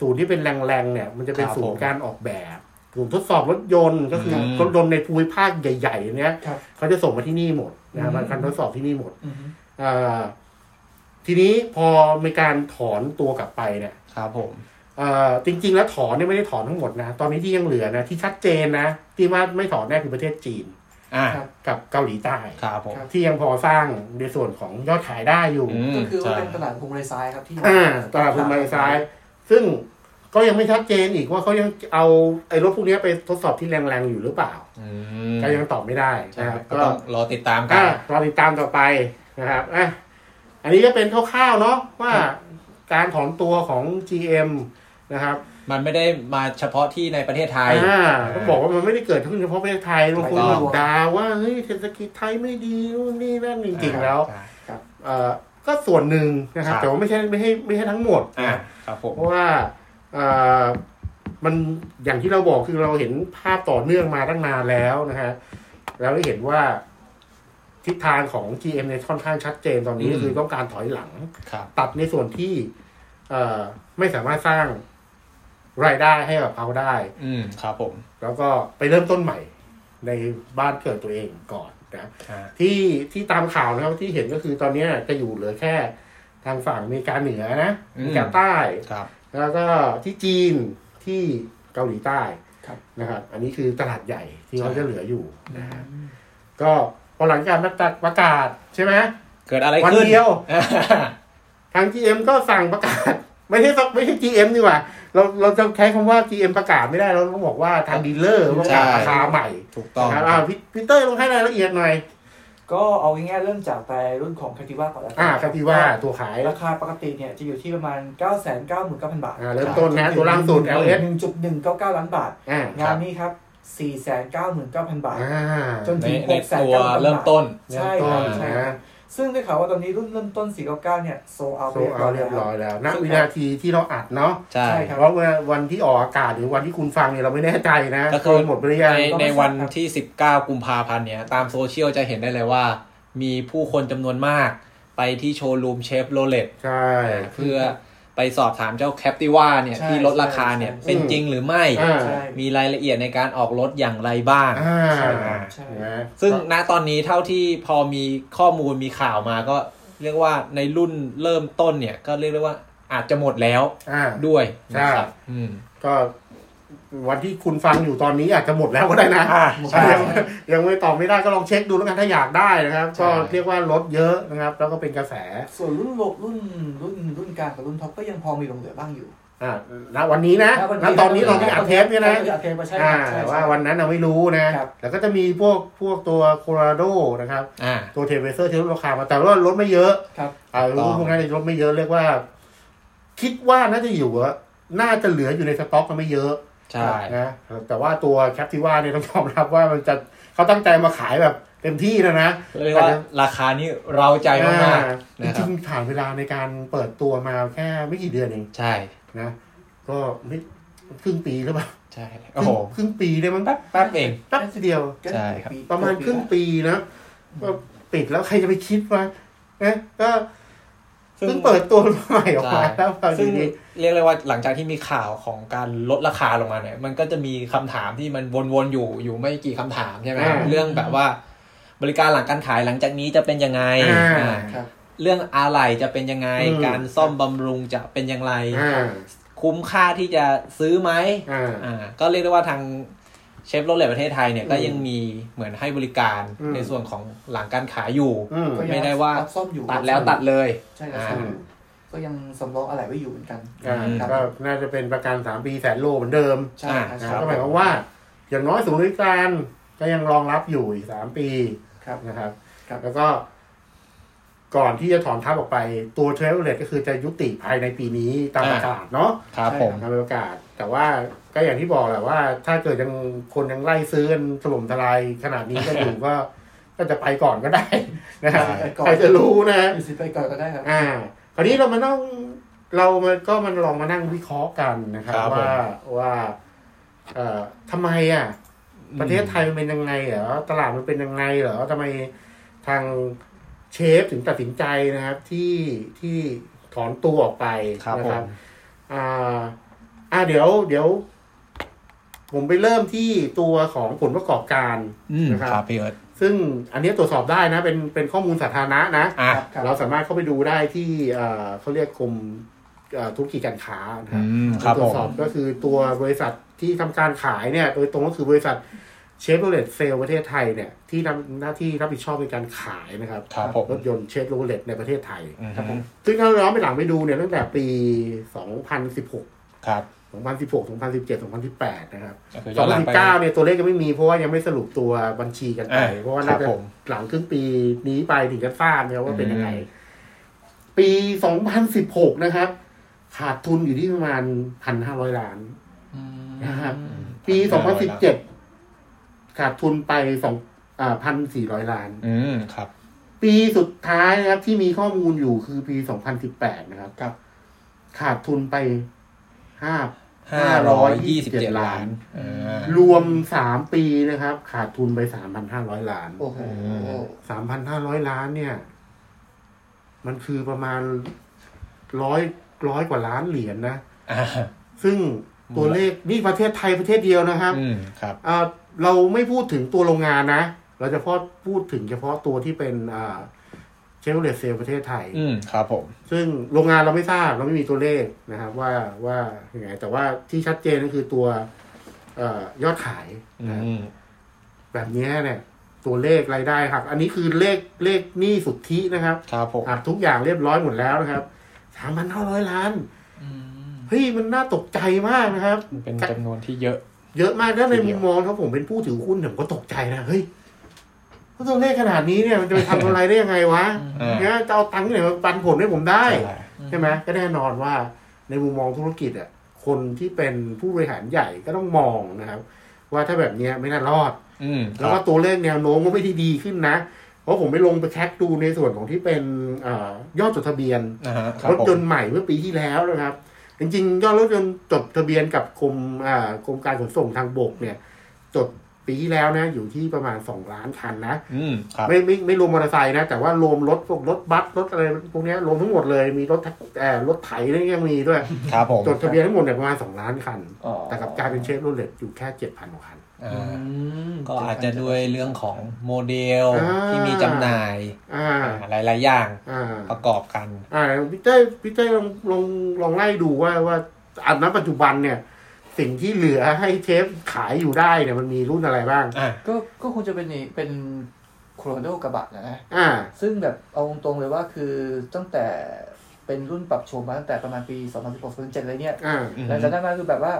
A: ศูนย์ที่เป็นแรงๆเนี่ย มันจะเป็น
B: ครับ
A: ศูน
B: ผม
A: ย์การออกแบบศูนย์ทดสอบรถยนต์ก็คืออ
B: ม
A: รถยนต์ในภูมิภาคใหญ่ๆเนี้ย
C: ครับ
A: เขาจะส่งมาที่นี่หมดนะครับ
C: อืม
A: การทดสอบที่นี่หมด
C: อืม
A: เอ่อทีนี้พอมีการถอนตัวกลับไปเนี่ย
B: ครับผม
A: เอ่อจริง ๆ แล้วถอนเนี่ยไม่ได้ถอนทั้งหมดนะ ตอนนี้ที่ยังเหลือนะ ที่ชัดเจนนะ ที่ว่าไม่ถอนแน่คือประเทศจีน
B: อ่า
A: กับเกาหลีใต้
B: ครับผม
A: ที่ยังพอสร้างในส่วนของยอดขายได้อยู่
B: อืม
C: ก็คือว่า
B: ใช่
C: เป็นตลาดพงไรซ้ายครับที่
A: อ่าตลาดทุนมาเลซ้าย ซึ่งก็ยังไม่ชัดเจนอีกว่าเขายังเอาไอ้รถพวกเนี้ยไปทดสอบที่แรงๆอยู่หรือเปล่า
B: อืม
A: ก็ยังตอบไม่ได้
B: ใช่
A: นะครับ
B: ก็
A: ก็
B: ต้องรอติดตามกั
A: อ่ะ
B: น
A: รอติดตามต่อไปนะครับอ่ะอันนี้ก็เป็นคร่าวๆเนาะว่าการถอนตัวของ GM นะครับ
B: มันไม่ได้มาเฉพาะที่ในประเทศไทย
A: อ่าต้องบอกว่ามันไม่ได้เกิดขึ้นเฉพาะประเทศไทยบางคน
B: ถู
A: มา
B: กต้อง
A: ด่าว่าเฮ้ยเศรษฐกิจไทยไม่ดีนู่นนี่นั่นจริงๆแล้ว
B: ใช่
A: เอ่อก็ส่วนหนึ่งนะครับ
B: ครับ
A: แต่ว่าไม่ใช่ไม่ให้ไม่ใช่ทั้งหมด
B: อ่า
A: นะครับ
B: ผม
A: เพราะว่าเอ่อมันอย่างที่เราบอกคือเราเห็นภาพต่อเนื่องมาตั้งนานแล้วนะฮะแล้วเห็นว่าทิศทางของ GM เนี่ยค่อนข้างชัดเจนตอนนี้
B: อืม
A: คือต้องการถอยหลัง
B: ครับ
A: ตัดในส่วนที่เอ่อไม่สามารถสร้างรายได้ให้กับเขาได้
B: อืม ครับผม
A: แล้วก็ไปเริ่มต้นใหม่ในบ้านเกิดตัวเองก่อนนะ
B: อ่า
A: ที่ที่ตามข่าวนะครับที่เห็นก็คือตอนเนี้ยจะอยู่เหลือแค่ทางฝั่งอเมริกาเหนือนะ
B: อื
A: อ
B: ม
A: เมริกาใต้
B: ครับ
A: แล้วก็ที่จีนที่เกาหลีใต้นะครับ อันนี้คือตลาดใหญ่ที่เขาจะเหลืออยู่นะฮะก็พอหลังจากประกาศใช่ไหม
B: เกิดอะไร
A: วัน
B: ขึ้น
A: เดียว
B: อ่า
A: ทาง GM ก็สั่งประกาศ ไม่ใช่ไม่ใช่ GM ดีกว่า เราเราจะใช้คำว่า GM ประกาศไม่ได้เราต้องบอกว่าทางดีลเลอร์ประกาศราคาใหม่
B: ถูกต้อง
A: ครับอ่าพี่พี่เต้ยลองให้รายละเอียดหน่อย
C: ก็เอาง่ายๆเริ่มจากแต่รุ่นของคาติว่าก่อนแล้วกัน
A: อ่าครับพี่ว่าตัวขาย
C: ราคาปกติเนี่ยจะอยู่ที่ประมาณ 9 9 9 0 0 0 บาท
A: อ่าเริ่มต้นนะตัวล่างสุด LS
C: 1.199 ล้านบาท
A: อ่าง
C: านนี้ครับ 4 9 9 0 0 0 บาท
A: อ่า
C: จน
B: ใน
C: ถึง
B: ใน
C: 6 9
B: ตัว
C: 0 0 0
B: เริ่มต้น
C: ใช่
A: เริ่มต้น
C: ใช่
A: นะ
C: ซึ่งได้ข่าวว่าตอนนี้รุ่นเริ่มต้น 499 เนี่ยโซเอา
A: โซ
C: เรียบร้
A: เอา
C: อย
A: เรี
C: แล้
A: ยว บร้อยแล้วณวินาทีที่เราอัดเนาะ
B: ใช่
C: ใช่
A: เพ
C: ครับ
A: ราะว่าวันที่ออกอากาศหรือวันที่คุณฟังเนี่ยเราไม่แน่ใจนะ
B: ก็คือ
A: ว่าหมดไปหรือยัง
B: ในในวันที่ 19 กุมภาพันธ์เนี่ยตามโซเชียลจะเห็นได้เลยว่า มีผู้คนจำนวนมาก ไปที่โชว์รูมเชฟโรเลต
A: ใช่
B: เพื่อไปสอบถามเจ้าแคปติว่าเนี่ย
C: ใช่
B: ที่ลดราคาเนี่ย
C: ใช่
B: เป็นจริงหรือไม่
A: อ่า
C: ใช่
B: มีรายละเอียดในการออกรถอย่างไรบ้าง
A: อ่า
B: ใช่ครับ
C: ใช่
A: นะ
B: ซึ่งณตอนนี้เท่าที่พอมีข้อมูลมีข่าวมาก็เรียกว่าในรุ่นเริ่มต้นเนี่ย ก็เรียกได้ว่าอาจจะหมดแล้ว
A: อ่า
B: ด้วยนะครับ
A: ใช่
B: อืม
A: ก็วันที่คุณฟังอยู่ตอนนี้อาจจะหมดแล้วก็ได้นะ
B: อ่า
C: ใช่
A: ยังยังไม่ตอบไม่ได้ก็ลองเช็คดูแล้วกันถ้าอยากได้นะครับ
B: ใช่
A: ก็เรียกว่าลดเยอะนะครับ แล้วก็เป็นกระแส
C: ส่วนรุ่นโลกรุ่นรุ่นรุ่นกลางกับรุ่นท็อปก็ยังพอมีหลงเหลือบ้างอยู่
A: อ่าณวันนี้นะณตอนนี้เราที่อัดเทปเนี่ยนะ
C: อัดเทปมาใช่
A: อ่า
C: ครับใช่
A: ว่า
C: ใช่
A: วันนั้นเราไม่รู้นะ
C: ครับ
A: แล้วก็จะมีพวกพวกตัวโคโลราโดนะครับ
B: อ่า
A: ตัวเทรเวเซอร์ที่ลดราคามาแต่ว่าลดไม่เยอะ
C: ครับ
A: อ่า
B: ถูกต้อง
A: พวกนั้นจะลดไม่เยอะเรียกว่า คิดว่าน่าจะอยู่อะน่าจะเหลืออยู่ในสต็อกกันไม่เยอะ
B: ใช่
A: นะแต่ว่าตัวแคปติว่าเนี่ยต้องยอมรับว่ามันจะเขาตั้งใจมาขายแบบเต็มที่แล้วนะ
B: เรียกว่าราคานี้เราใจมาก
A: อ่จ
B: ๆนะค
A: ริ
B: รับ
A: งๆผ่านเวลาในการเปิดตัวมาแค่ไม่กี่เดือนเอง
B: ใช่
A: นะ ก็ไม่ครึ่งปีหรือเปล่า
B: ใช่โอ้โห
A: ครึ่งปีได้มั้ง
B: แป๊บแป๊บเอง
A: แป๊บเดียว
B: ใช่ครับ
A: ประมาณครึ่งปีนะก็ปิดแล้วใครจะไปคิดว่านะก็เพิ่งเปิดตัวใหม่ออกมาแล้วพอ
B: ซึ่
A: ดี
B: ง
A: นี้
B: เรียกเลยว่าหลังจากที่มีข่าวของการลดราคาลงมาเนี่ย มันก็จะมีคำถามที่มันวนๆอยู่อยู่ไม่กี่คำถามใช่ไหมครับเรื่องแบบว่า บริการหลังการขายหลังจากนี้จะเป็นยังไง
A: อ่า
B: อ่า
C: ครับ
B: เรื่องอะไหล่จะเป็นยังไง
A: อืม
B: การซ่อมบำรุงจะเป็นอย่างไร
A: อ่า
B: คุ้มค่าที่จะซื้อไหม
A: อ่า
B: อ่าก็เรียกได้ว่าทางเชฟโรเลตประเทศไทยเนี่ยก็ยังมีเหมือนให้บริการ
A: อืม
B: ในส่วนของหลังการขายอยู่
A: อืม
C: ก็ยัง
B: ไม่ได้ว่า
C: รับซ่อมอยู่
B: ตัดแล้วตัดเลย
C: ใช่ครับซ่อมอยู่ก็ยังสำรองอะไรไว้อยู่เหมือนกัน
A: อ่า
C: ครับ
A: ก็น่าจะเป็นประกันสามปีแสนโลเหมือนเดิม
C: ใช่ครับ
A: นะ
C: ใช่
A: ก็ห
C: ค
A: มา
C: รั
A: ย
C: บ
A: ความว่า อย่างน้อยศูนย์บริการก็ยังรองรับอยู่อีกสามปี
C: ครับ
A: นะครับ
C: ครับ
A: แล้วก็ ก่อนที่จะถอนทับออกไปตัวเทรลเลตก็คือจะยุติภายในปีนี้ตามประกาศเนาะ
B: ครับ
C: ใช่
B: ผม
A: ทำเป็นประกาศ แต่ว่าก็อย่างที่บอกแหละว่า ถ้าเกิดยังคนยังไล่ซื้อกันถล่มทลายขนาดนี้ก็อยู่ ก็ก็จะไปก่อนก็ได้นะฮะ
C: ไปก่อน
A: ใครจะรู้นะ
C: อยู่สิไปก่อนก็ได้ครับ
A: อ่า คราวนี้เรามาต้องเรามาก็มันลองมานั่งวิเคราะห์กันนะครับ
B: ครับผม
A: ว่าว่า เอ่อทำไมอ่ะ ประเทศไทยมันเป็นยังไงเหรอตลาดมันเป็นยังไงเหรอทำไมทางเชฟถึงตัดสินใจนะครับ ที่ที่ถอนตัวออกไป
B: ครับ
A: นะ
B: ผ
A: ครั
B: ม
A: บ อ่า อ่าเดี๋ยว เดี๋ยว ผมไปเริ่มที่ตัวของผลประกอบการ
B: อืม
A: นะค
B: ครับ รับพี่เอิร์ธ
A: ซึ่งอันนี้ตรวจสอบได้นะ เป็นเป็นข้อมูลสาธารณะนะ
B: อ่ะ
C: ครับ
A: เราสามารถเข้าไปดูได้ที่เอ่อเขาเรียกกรมเอ่อธุรกิจการค้านะค
B: อื
A: รับ
B: มครับ
A: ตร
B: ผ
A: วจ
B: ม
A: สอบก็คือตัวบริษัทที่ทำการขายเนี่ย โดยตรงก็คือบริษัทเชฟโรเลตเซลประเทศไทยเนี่ยที่ทำหน้าที่รับผิดชอบในการขายนะครับ
B: ครับผม
A: รถยนต์เชฟโรเลตในประเทศไทย
B: อืม
C: ครับผม
A: ซึ่งถ้าเราย้อนไปหลังไปดูเนี่ยตั้งแต่ปี 2016
B: ครับ
A: 2016 2017 2018 นะครับ
B: ก็คือย้อนหลังไป
A: 2019 เนี่ยตัวเลขยังไม่มีเพราะว่ายังไม่สรุปตัวบัญชีกันไป
B: อ่า
A: เพราะว่า
B: ครั
A: น่า
B: บ
A: จะ
B: ผม
A: หลังครึ่งปีนี้ไปถึงจะทราบนะครับว่าเป็นยังไง
B: อืม
A: ปี 2016 นะครับ ขาดทุนอยู่ที่ประมาณ 1,500 ล้าน
C: อืม
A: นะครับ
B: อืม
A: ปี 2017 ขาดทุนไป2อ่า1,400 ล้าน
B: อืมครับ
A: ปีสุดท้ายนะครับที่มีข้อมูลอยู่คือปี 2018 นะครับ
C: ครับ
A: ขาดทุนไป 5
B: ห้าร้อยยี่สิบเจ็ดล้านอ่าร
A: วมสามปีนะครับ ขาดทุนไปสามพันห้าร้อยล้าน
C: โอ้โห
A: สามพันห้าร้อยล้านเนี่ย มันคือประมาณร้อยร้อยกว่าล้านเหรียญนะ
B: อ่า
A: ซึ่งตัวเลขนี่ประเทศไทยประเทศเดียวนะครับ
B: อืมครับ
A: อ่าเราไม่พูดถึงตัวโรงงานนะ เราจะพอพูดถึงเฉพาะตัวที่เป็นเชฟโรเลตเซลประเทศไทย
B: อืมครับผม
A: ซึ่งโรงงานเราไม่ทราบเราไม่มีตัวเลขนะครับ ว่าว่าอย่างไงแต่ว่าที่ชัดเจนก็คือตัวเออยอดขาย
B: อื
A: นะ
B: ม
A: แบบเนี้ยเนี่ยตัวเลขรายได้หักอันนี้คือเลขเลขหนี้สุทธินะครับ
B: ครับผม
A: หักทุกอย่างเรียบร้อยหมดแล้วนะครับสามพันห้าร้อยล้าน
C: อืม
A: เฮ้ยมันน่าตกใจมากนะครับ
B: เป็นจำนวนที่เยอะ
A: เยอะมากแล้วใน
B: ทีเดี
A: มุ
B: ยว
A: มมองถ้าผมเป็นผู้ถือหุ้นผมก็ตกใจนะเฮ้ยตัวเลขขนาดนี้เนี่ยมันจะไปทำกำไรได้ยังไงวะ
B: อ่า
A: เนี่ยจะเอาตังค์ที่ไหนมาปันผลให้ผมได้
B: ใช่
A: ใช่ไหมก็แน่นอนว่าในมุมมองธุรกิจอ่ะคนที่เป็นผู้บริหารใหญ่ก็ต้องมองนะครับ ว่าถ้าแบบเนี้ยไม่น่ารอด
B: อืมค
A: แล้
B: รั
A: วก็
B: บ
A: ตัวเลขแนวโน้มก็ไม่ได้ดีขึ้นนะ ราะผมไปลงไปแคคดูในส่วนของที่เป็นเอ่อยอดจดทะเบียน
B: นะฮะค
A: ร
B: บ
A: ถ
B: ผม
A: ยนต์ใหม่เมื่อปีที่แล้วนะครับ จริงๆ ยอดรถยนต์จดทะเบียนกับกรมอ่ากรมการขนส่งทางบกเนี่ย จดปีที่แล้วนะ อยู่ที่ประมาณสองล้านคันนะ
B: อืมครับ
A: ไม่ไม่ไม่รวมมอเตอร์ไซค์นะ แต่ว่ารวมรถพวกรถบัสรถอะไรพวกเนี้ยรวมทั้งหมดเลยมีรถแท็กเอ่อรถไถนี่ยังมีด้วย
B: ครับผม
A: จดทะเบียนทั้งหมดเนี่ยประมาณสองล้านคัน
C: อ๋อ
A: แต่กลับกลายเป็นเชฟโรเลตอยู่แค่เจ็ดพันกว่าคัน
C: อื
B: อ่าม ก็อาจจะด้วยเรื่องของโมเดล
A: อ่า
B: ที่มีจำหน่าย
A: อ่า
B: หลายๆอย่าง
A: อ่า
B: ประกอบกัน
A: อ่าพี่เต้ยพี่เต้ยลองลองลองไล่ดูว่าว่าอันนั้นปัจจุบันเนี่ย สิ่งที่เหลือให้เชฟขายอยู่ได้เนี่ยมันมีรุ่นอะไรบ้าง
B: อ่ะ
C: ก็ก็คงจะเป็นนี่เป็นโครโนกระบะนะนะ
A: อ่า
C: ซึ่งแบบเอาตรงๆเลยว่าคือตั้งแต่เป็นรุ่นปรับโฉมมาตั้งแต่ประมาณปี 2016-2017อะไรเนี่ย
A: อ่า
B: อืม
C: หลังจากนั้นมาคือแบบว่า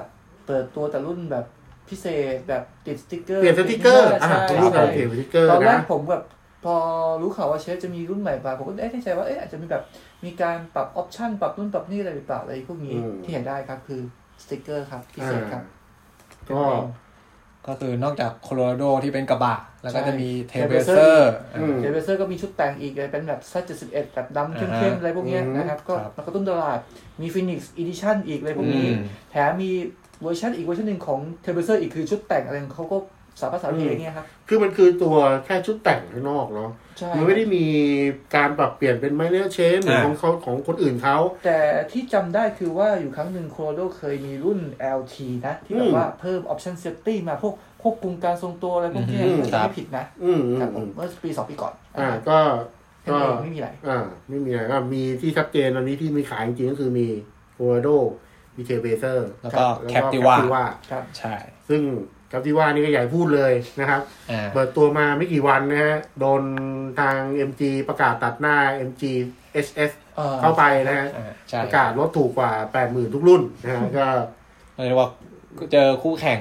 C: เปิดตัวแต่รุ่นแบบพิเศษแบบติดสติ๊กเกอร์
A: เปลี่ยนสติกเกอร์ อ่า
C: ใช่
A: รุ่นอะไร
C: ใช่
A: เปลี่ยนสติกเกอร์
C: ตอนแร
A: นะ
C: กผมแบบพอรู้ข่าวว่าเชฟจะมีรุ่นใหม่มาผมก็เอ๊ะในใจว่าเอ๊ะอาจจะมีแบบมีการปรับออปชั n นปรับนู่นปรับนี่อะไรหรือเปล่าอะไรพวกนี้
A: อืม
C: ที่เห็นได้ครับคือสติ๊กเกอร์ครับพิ
A: อ่า
C: เศษครับ
A: ก็
B: ก็คือนอกจากโคโลราโดที่เป็นกระบะ แล้วก็จะมีเทเบเซอร์
A: อืม
C: เดเวเซอร์ก็มีชุดแต่งอีกเลยเป็นแบบซัด71แบบดำเข้มๆอะไรพวกเนี้ยนะครับก็
B: ครับ
C: มากระตุ้นตลาดมีฟินิกซ์อีดิชั่นอีกอะไรพวก
B: อื
C: นี้
B: ม
C: แถมมีเวอร์ชันอีกเวอร์ชันหนึ่งของเทเบเซอร์อีกคือชุดแต่งอะไรของเขาก็สามารถสามารถ
A: อืม
C: อย่างเงี้ยครับ
A: คือมันคือตัวแค่ชุดแต่งข้างนอกเนาะ
C: ใช่
A: มันไม่ได้มีการปรับเปลี่ยนเป็นไมเนอร์เชนหรือ
B: อ่า
A: ของเขาของคนอื่นเขา
C: แต่ที่จำได้คือว่าอยู่ครั้งหนึ่งโคโ o โดเคยมีรุ่น LT นะ ที่แบ
A: อื
C: บ
A: ม
C: ว่าเพิ่มออปชั n นเซฟตี้มาพวกควบคุมการทรงตัวอะไรพวกเนี้ย
A: อืม
C: ถ้าจำไม่ผิดนะ
A: อืมอืม
C: ครับผ
A: อื
C: ม
A: ม
C: เมื่อปีสองปีก่อน
A: อ่า ก็
C: เห็น
A: ก็
C: เองไม่มีอะไร
A: อ่าไม่มีอะไรก็มีที่ชัดเจนตอนนี้ที่มีขายจริงๆก็คือมีโคโรโดมีเทเบเซอร์
B: แล้วก็แคปติวา
A: ว่า
C: ครับ
B: ใช่
A: ซึ่งแคปติว่านี่ก็ใหญ่พูดเลยนะครับ
B: อ่า
A: เปิดตัวมาไม่กี่วันนะฮะโดนทาง MG ประกาศตัดหน้า MG SS
C: เออ
A: เข้าไปนะฮะ
B: อ่าใช่
A: ประกาศลดถูกกว่า 80,000 ทุกรุ่นนะฮะก็
B: เรียกว่าเจอคู่แข่ง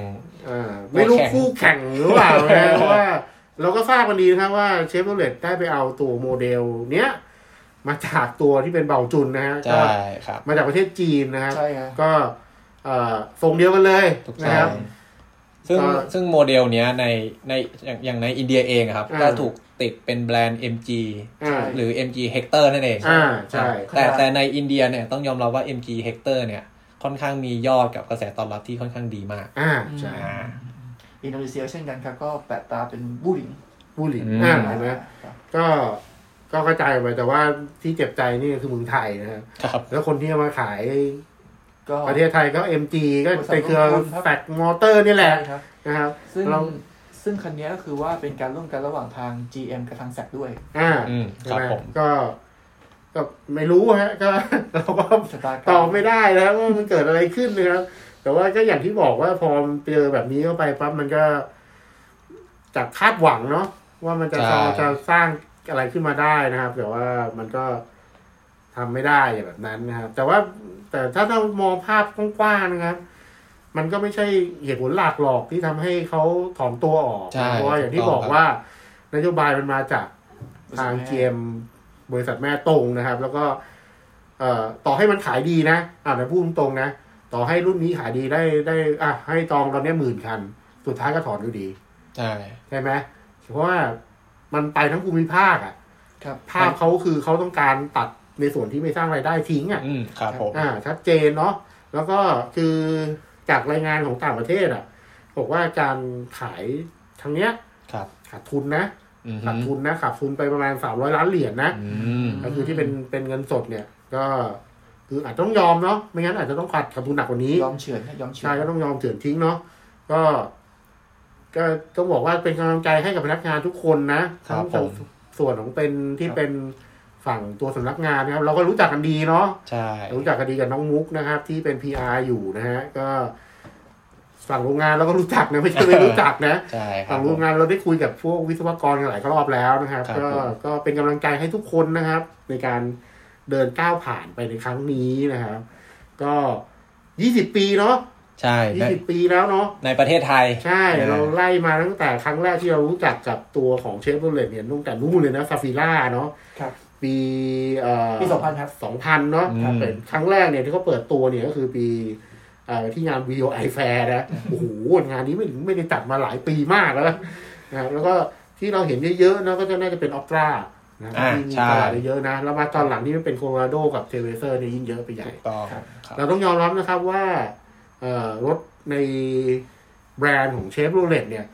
A: อ่าไม่รู้คู่แข่งหรือเปล่านะ ฮะเพราะว่าเราก็ทราบกันดีนะครับว่าเชฟโรเลตได้ไปเอาตัวโมเดลเนี้ยมาจากตัวที่เป็นเบาจุนนะฮะก็
B: ใช่ครับ
A: มาจากประเทศจีนนะครับ
C: ใช่ครับ
A: ก็เอ่อทรงเดียวกันเลย
B: ถูก
A: นะค
B: ต้อ
A: รั
B: ง
A: บ
B: ซึ่ง
A: ก็
B: ซึ่งโมเดลเนี้ยในในอย่างอย่างในอินเดียเองอะครับ
A: อ่า
B: ก็ถูกติดเป็นแบรนด์ MG
A: อ่า
B: หรือ MG Hector นั่นเอง
A: อ่าใช่
B: แต่แต่ในอินเดียเนี่ยต้องยอมรับว่า MG Hector เนี่ยค่อนข้างมียอดกับกระแสตอบรับที่ค่อนข้างดีมาก
A: อ่าใช่
B: อ่า
C: อินโดนีเซียเช่นกันครับ ก็แปะตาเป็นบูริง
A: บูหลิน
B: อืม
A: อ่าเห็นไหมก็ก็กระจายออกไปแต่ว่าที่เจ็บใจนี่คือเมืองไทยนะครับ
B: ครับ
A: แล้วคนที่เอามาขาย
C: ก็
A: ประเทศไทยก็เอ็มจีก็
C: บริษัท
A: เป็นเครือ
C: ลงทุนครับ
A: แฟกมอเตอร์นี่แหละ
C: ใช่ครับ
A: นะครับ
C: ซึ่ง
A: เรา
C: ซึ่งคันนี้ก็คือว่าเป็นการร่วมกันระหว่างทาง GM กับทางแซกด้วย
A: อ่า
B: อืม
A: ใช่
B: ครับ
A: ไหม
B: ผม
A: ก็ ก็ไม่รู้ฮะ ก็ เราก็
C: ชะตากรร
A: ตอบไม่ได้แล้วว่ามันเกิดอะไรขึ้นนะครับ แต่ว่าก็อย่างที่บอกว่าพอมันเจอแบบนี้เข้าไปปั๊บมันก็จากคาดหวังเนาะว่ามันจะ
B: ใช่
A: จะจะสร้างอะไรขึ้นมาได้นะครับ แต่ว่ามันก็ทำไม่ได้อย่างแบบนั้นนะครับ แต่ว่าแต่ถ้าเรามองภาพกว้างๆนะครับ มันก็ไม่ใช่เหตุผลหลักหรอกที่ทำให้เขาถอนตัวออก
B: ใช่
A: เพราะว่าอย่างที่บอกว่านโยบายมันมาจาก ทางเกมบริษัทแม่ตรงนะครับ แล้วก็ เอ่อต่อให้มันขายดีนะอ่าแต่พูดตรงๆนะ ต่อให้รุ่นนี้ขายดีได้ได้ อ่ะ ให้ตองตอนเนี้หมื่นคัน สุดท้ายก็ถอนอยู่ดี
B: ใช่
A: ใช่ไหมเพราะว่ามันไปทั้งภูมิภาคอะ
C: ครับ
A: ภาพเขาคือเขาต้องการตัดในส่วนที่ไม่สร้างรายได้ทิ้งอะ
B: อืมครับผม
A: อ่าชัดเจนเนาะแล้วก็คือจากรายงานของต่างประเทศอ่ะบอกว่าการขายทางเนี้ย
B: ครับ
A: ขาดทุนนะ
B: อืม
A: ขาดทุนนะขาดทุนไปประมาณสามร้อยล้านเหรียญนะ
B: อืม
A: ก็คือที่เป็นเป็นเงินสดเนี่ย ก็คืออาจจะต้องยอมเนาะไม่งั้นอาจจะต้องขาดขาดทุนหนักกว่านี้
C: ยอมเฉือนนะยอมเฉือ
A: ใช่
C: น
A: ก็ต้องยอมเถื่อนทิ้งเนาะก็ ก็ต้องบอกว่าเป็นกำลังใจให้กับพนักงานทุกคนนะ
B: ครั
A: ทั้
B: บ
A: ง
B: ผม
A: ส่วนของเป็นที่เป็นฝั่งตัวสำนักงานนะครับ เราก็รู้จักกันดีเนาะ
B: ใช่
A: รู้จักคดีกับน้องมุกนะครับ ที่เป็น PR อยู่นะฮะก็ฝั่งโรงงานเราก็รู้จักนะไม่ใช่ไม่รู้จักนะ
B: ใช่ครั
A: ฝั่
B: บ
A: ง
B: ผ
A: โรง
B: ม
A: งานเราได้คุยกับพวกวิศวกรกันหลายรอบแล้วนะครับ
B: ครับ
A: ก็
B: ผม
A: ก็เป็นกำลังใจให้ทุกคนนะครับ ในการเดินก้าวผ่านไปในครั้งนี้นะครับ ก็ยี่สิบปีเนาะ
B: ใช่
A: ยี่
B: ใน
A: สิบปีแล้วเนาะ
B: ในประเทศไทย
A: ใช่เราไล่มาตั้งแต่ครั้งแรกที่เรารู้จักกับตัวของเชฟโรเลตเนี่ยตั้งแต่นู่นเลยนะซาฟิล่าเนาะ
C: ครับ
A: ปีเอ่อ
C: ปีสองพันครับ
A: สองพันเนาะ
B: อืม
A: ครับเป็นครั้งแรกเนี่ยที่เขาเปิดตัวเนี่ยก็คือปีเอ่อที่งานวีโอไอแฟร์นะ โอ้โห งานนี้ไม่ไม่ได้จัดมาหลายปีมากแล้วนะแล้วก็ ที่เราเห็นเยอะๆนะก็จะน่าจะเป็นออปตรานะ
B: อ่า
A: ที่มี
B: ใช่
A: ตลาดเยอะๆนะ แล้วมาตอนหลังนี่มันเป็นโคโลราโดกับเทเวเซอร์เนี่ยยิ่งเยอะไปใหญ่
B: ถูกต้องครับ
A: เราต้องยอมรับนะครับว่าเอ่อรถในแบรนด์ของเชฟโรเลตเนี่ย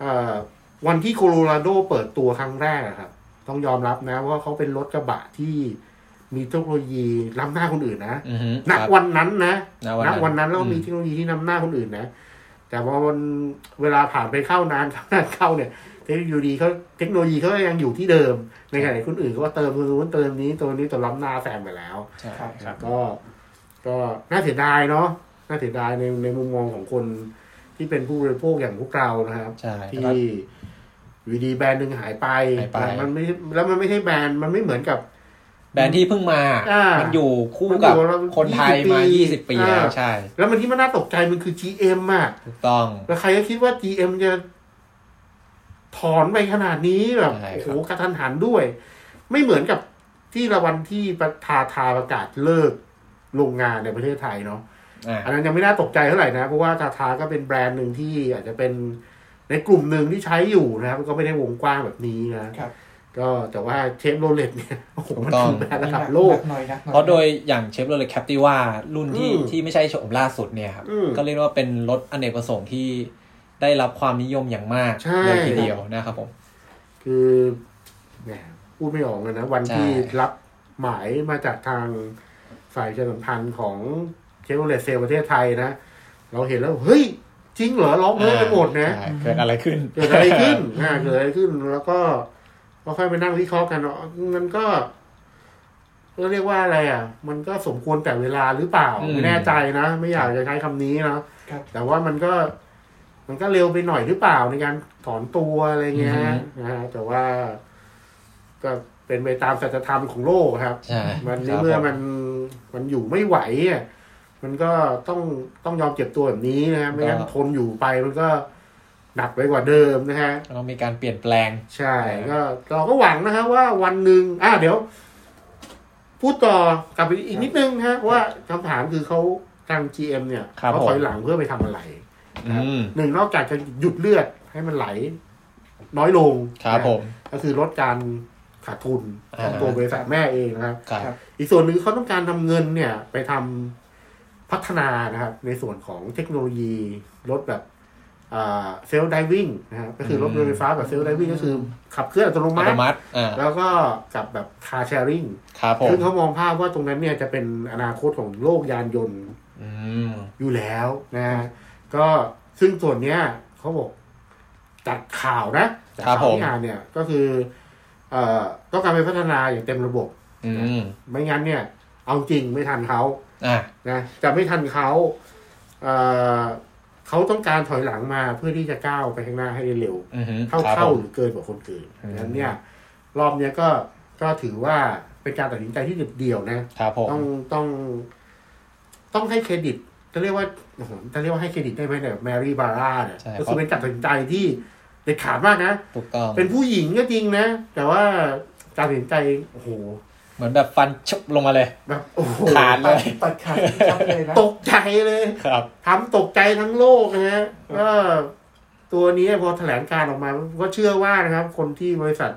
A: เอ่อวันที่โคโลราโดเปิดตัวครั้งแรกอะครับ ต้องยอมรับนะว่าเขาเป็นรถกระบะที่มีเทคโนโลยีล้ำหน้าคนอื่นนะ
B: อือฮึ
A: ณ
B: ครับ
A: วันนั้นนะ
B: ณ
A: ณวันนั้นแล้ว
B: อื
A: มีเทคโนโลยีที่ล้ำหน้าคนอื่นนะ แต่พอวันเวลาผ่านไปเข้าน านเข้านานเข้าเนี่ย เทคโนโลยีเขาเทคโนโลยีเขายังอยู่ที่เดิมในขณะที่คนอื่นเขาก็เติมตัวนู้นเติมนี้ตัวนี้ตัวล้ำหน้าแซงไปแล้ว
B: ใช่
C: ครับ
B: ครับ
A: ก็ ก็น่าเสียดายเนาะ น่าเสียดายในในมุมมองของคนที่เป็นผู้บริโภคอย่างพวกเรานะครับ
B: ใช่
A: ที่
B: แล้ว
A: อยูดีแบรนด์หนึ่งหายไป
B: หายไป
A: มันไม่ แล้วมันไม่ใช่แบรนด์ มันไม่เหมือนกับ
B: แบรนด์ที่เพิ่งมา
A: อ่ามั
B: มันอยู่คู่กั
A: มั
B: บ
A: นอยู่แล้ว
B: คนไทยมา
A: ยี่สิบ
B: 20
A: ปี
B: ปีแล้ว
A: อ่า
B: ใช่
A: แล้วมันที่มันน่าตกใจมันคือ GM อ่ะ
B: ถูกต้อง
A: แล้วใครก็คิดว่า GM จะถอนไปขนาดนี้แบบ
B: ใช่ครับ
A: โอ้โหกระทันหันด้วย ไม่เหมือนกับที่ละวันที่ประธาทาประกาศเลิกโรงงานในประเทศไทยเนาะ
B: อ่า
A: อันนั้นยังไม่น่าตกใจเท่าไหร่นะ เพราะว่าทาทาก็เป็นแบรนด์หนึ่งที่อาจจะเป็นในกลุ่มหนึ่งที่ใช้อยู่นะครับ ก็ไม่ได้วงกว้างแบบนี้นะครับ ก็แต่ว่าเชฟโรเลตเนี่ยโอ้โหมัน
B: ถูกต้อง
A: คือแบรนด์ระดับโลก
C: หนัหน่อยนะหนักหน่อ
B: เพราะโดยอย่างเชฟโรเลตแคปติว่ารุ่นที่
A: อืม
B: ที่ไม่ใช่โฉมล่าสุดเนี่ยครับ
A: อืม
B: ก็เรียกว่าเป็นรถอเนกประสงค์ที่ได้รับความนิยมอย่างมาก
A: ใช่
B: เลยทีเดียวนะครับผม
A: คือแหมพูดไม่ออกเลยนะ วัน
B: ใช่
A: ที่รับหมายมาจากทางฝ่ายประชาสัมพันธ์ของเชฟโรเลตเซลประเทศไทยนะ เราเห็นแล้ว เฮ้ย จริงเหรอร้องเฮ้ยไปหมดนะ
B: ใช่เกิดอะไรขึ้น
A: เกิดอะไรขึ้น อ่าเกิดอะไรขึ้น แล้วก็ก็ค่อยไปนั่งวิเคราะห์กันเนาะมันก็ก็เรียกว่าอะไรอ่ะ มันก็สมควรแต่เวลาหรือเปล่า
B: อืม
A: ไม่แน่ใจนะ ไม่อยากจะใช้คำนี้เนาะ
C: ครับ
A: แต่ว่ามันก็ มันก็เร็วไปหน่อยหรือเปล่าในการถอนตัวอะไรเงี้ยนะฮะแต่ว่า ก็เป็นไปตามสัจธรรมของโลกครับ
B: ใช่
A: มันใน
B: ครับ
A: เมื่อ
B: ผ
A: มันมันอยู่ไม่ไหวอ่ะมันก็ต้องต้องยอมเจ็บตัวแบบนี้นะฮะไม่งั้น
B: ก็
A: ทนอยู่ไปมันก็หนักไปกว่าเดิมนะฮะ
B: แล้วก็มีการเปลี่ยนแปลง
A: ใช่
B: อ่า
A: ก็เราก็หวังนะฮะว่าวันหนึ่งอ่ะเดี๋ยว พูดต่อกลับไปอีกนิดนึงฮะว่าคำถามคือเขาทาง GM เนี่ย
B: ครับ
A: เขา
B: ผม
A: ถอยหลังเพื่อไปทำอะไร
B: อืม
A: หนึ่งนอกจากจะหยุดเลือดให้มันไหล น้อยลง
B: ครับผม
A: นะก็คือลดการขาดทุนของตัว
B: อ่า
A: บริษัทแม่เองนะครับ
B: ครับ
A: อีกส่วนหนึ่งเขาต้องการนำเงินเนี่ย ไปทำพัฒนานะครับ ในส่วนของเทคโนโลยีรถแบบเซลล์ไดวิ่งนะครับก็คือรถยนต์ไฟฟ้าแบบเซลล์ไดวิ่งก็คือขับเคลื่อนอัตโน
B: อั
A: มั
B: ต
A: ติ
B: โนมัติอ่า
A: แล้วก็กับแบบคาร์แชร์ริง
B: ครับผม
A: ซึ่งเขามองภาพว่าตรงนั้นเนี่ยจะเป็นอนาคตของโลกยานยนต์
B: อืม
A: อยู่แล้วนะฮะก็ซึ่งส่วนเนี้ยเขาบอกจากข่าวนะจาก
B: ครับ
A: ข่าว
B: ผม
A: ที่อ่านเนี่ยก็คือ เอ่อต้องการไปพัฒนาอย่างเต็มระบบ
B: อืม
A: ไม่งั้นเนี่ย เอาจริงไม่ทันเขา
B: อ่า
A: นะจะไม่ทันเขาเอ่อเขาต้องการถอยหลังมาเพื่อที่จะก้าวไปข้างหน้าให้ได้เร็ว
B: อือฮึ
A: เท่า
B: ครับ
A: เท่า
B: ผ
A: ห
B: ม
A: รือเกินกว่าคนอื่น
B: อืม
A: นั้นเนี่ย รอบเนี้ยก็ก็ถือว่าเป็นการตัดสินใจที่เด็ดเดี่ยวนะ
B: ครับผม
A: ต้องต้อง ต้องให้เครดิตจะเรียกว่าโอ้โหจะเรียกว่าให้เครดิตได้ไหมเนี่ยแมรี่บาร่าเนี่ย
B: ใช่
A: ก็
B: ครั
A: คือบ เป็นการตัดสินใจที่เด็ดขาดมากนะ
B: ถูกต้อง
A: เป็นผู้หญิงก็จริงนะ แต่ว่าการตัดสินใจโอ้โห
B: เหมือนแบบฟันชุบลงมาเลย
A: แบบโอ้โห
B: ขาดเลย
C: ตัดขาดชัดเลยนะ
A: ตกใจเลย
B: ครับ
A: ทำตกใจทั้งโลกนะฮะก็ตัวนี้พอแถลงการออกมา ก็เชื่อว่านะครับ คนที่บริษัท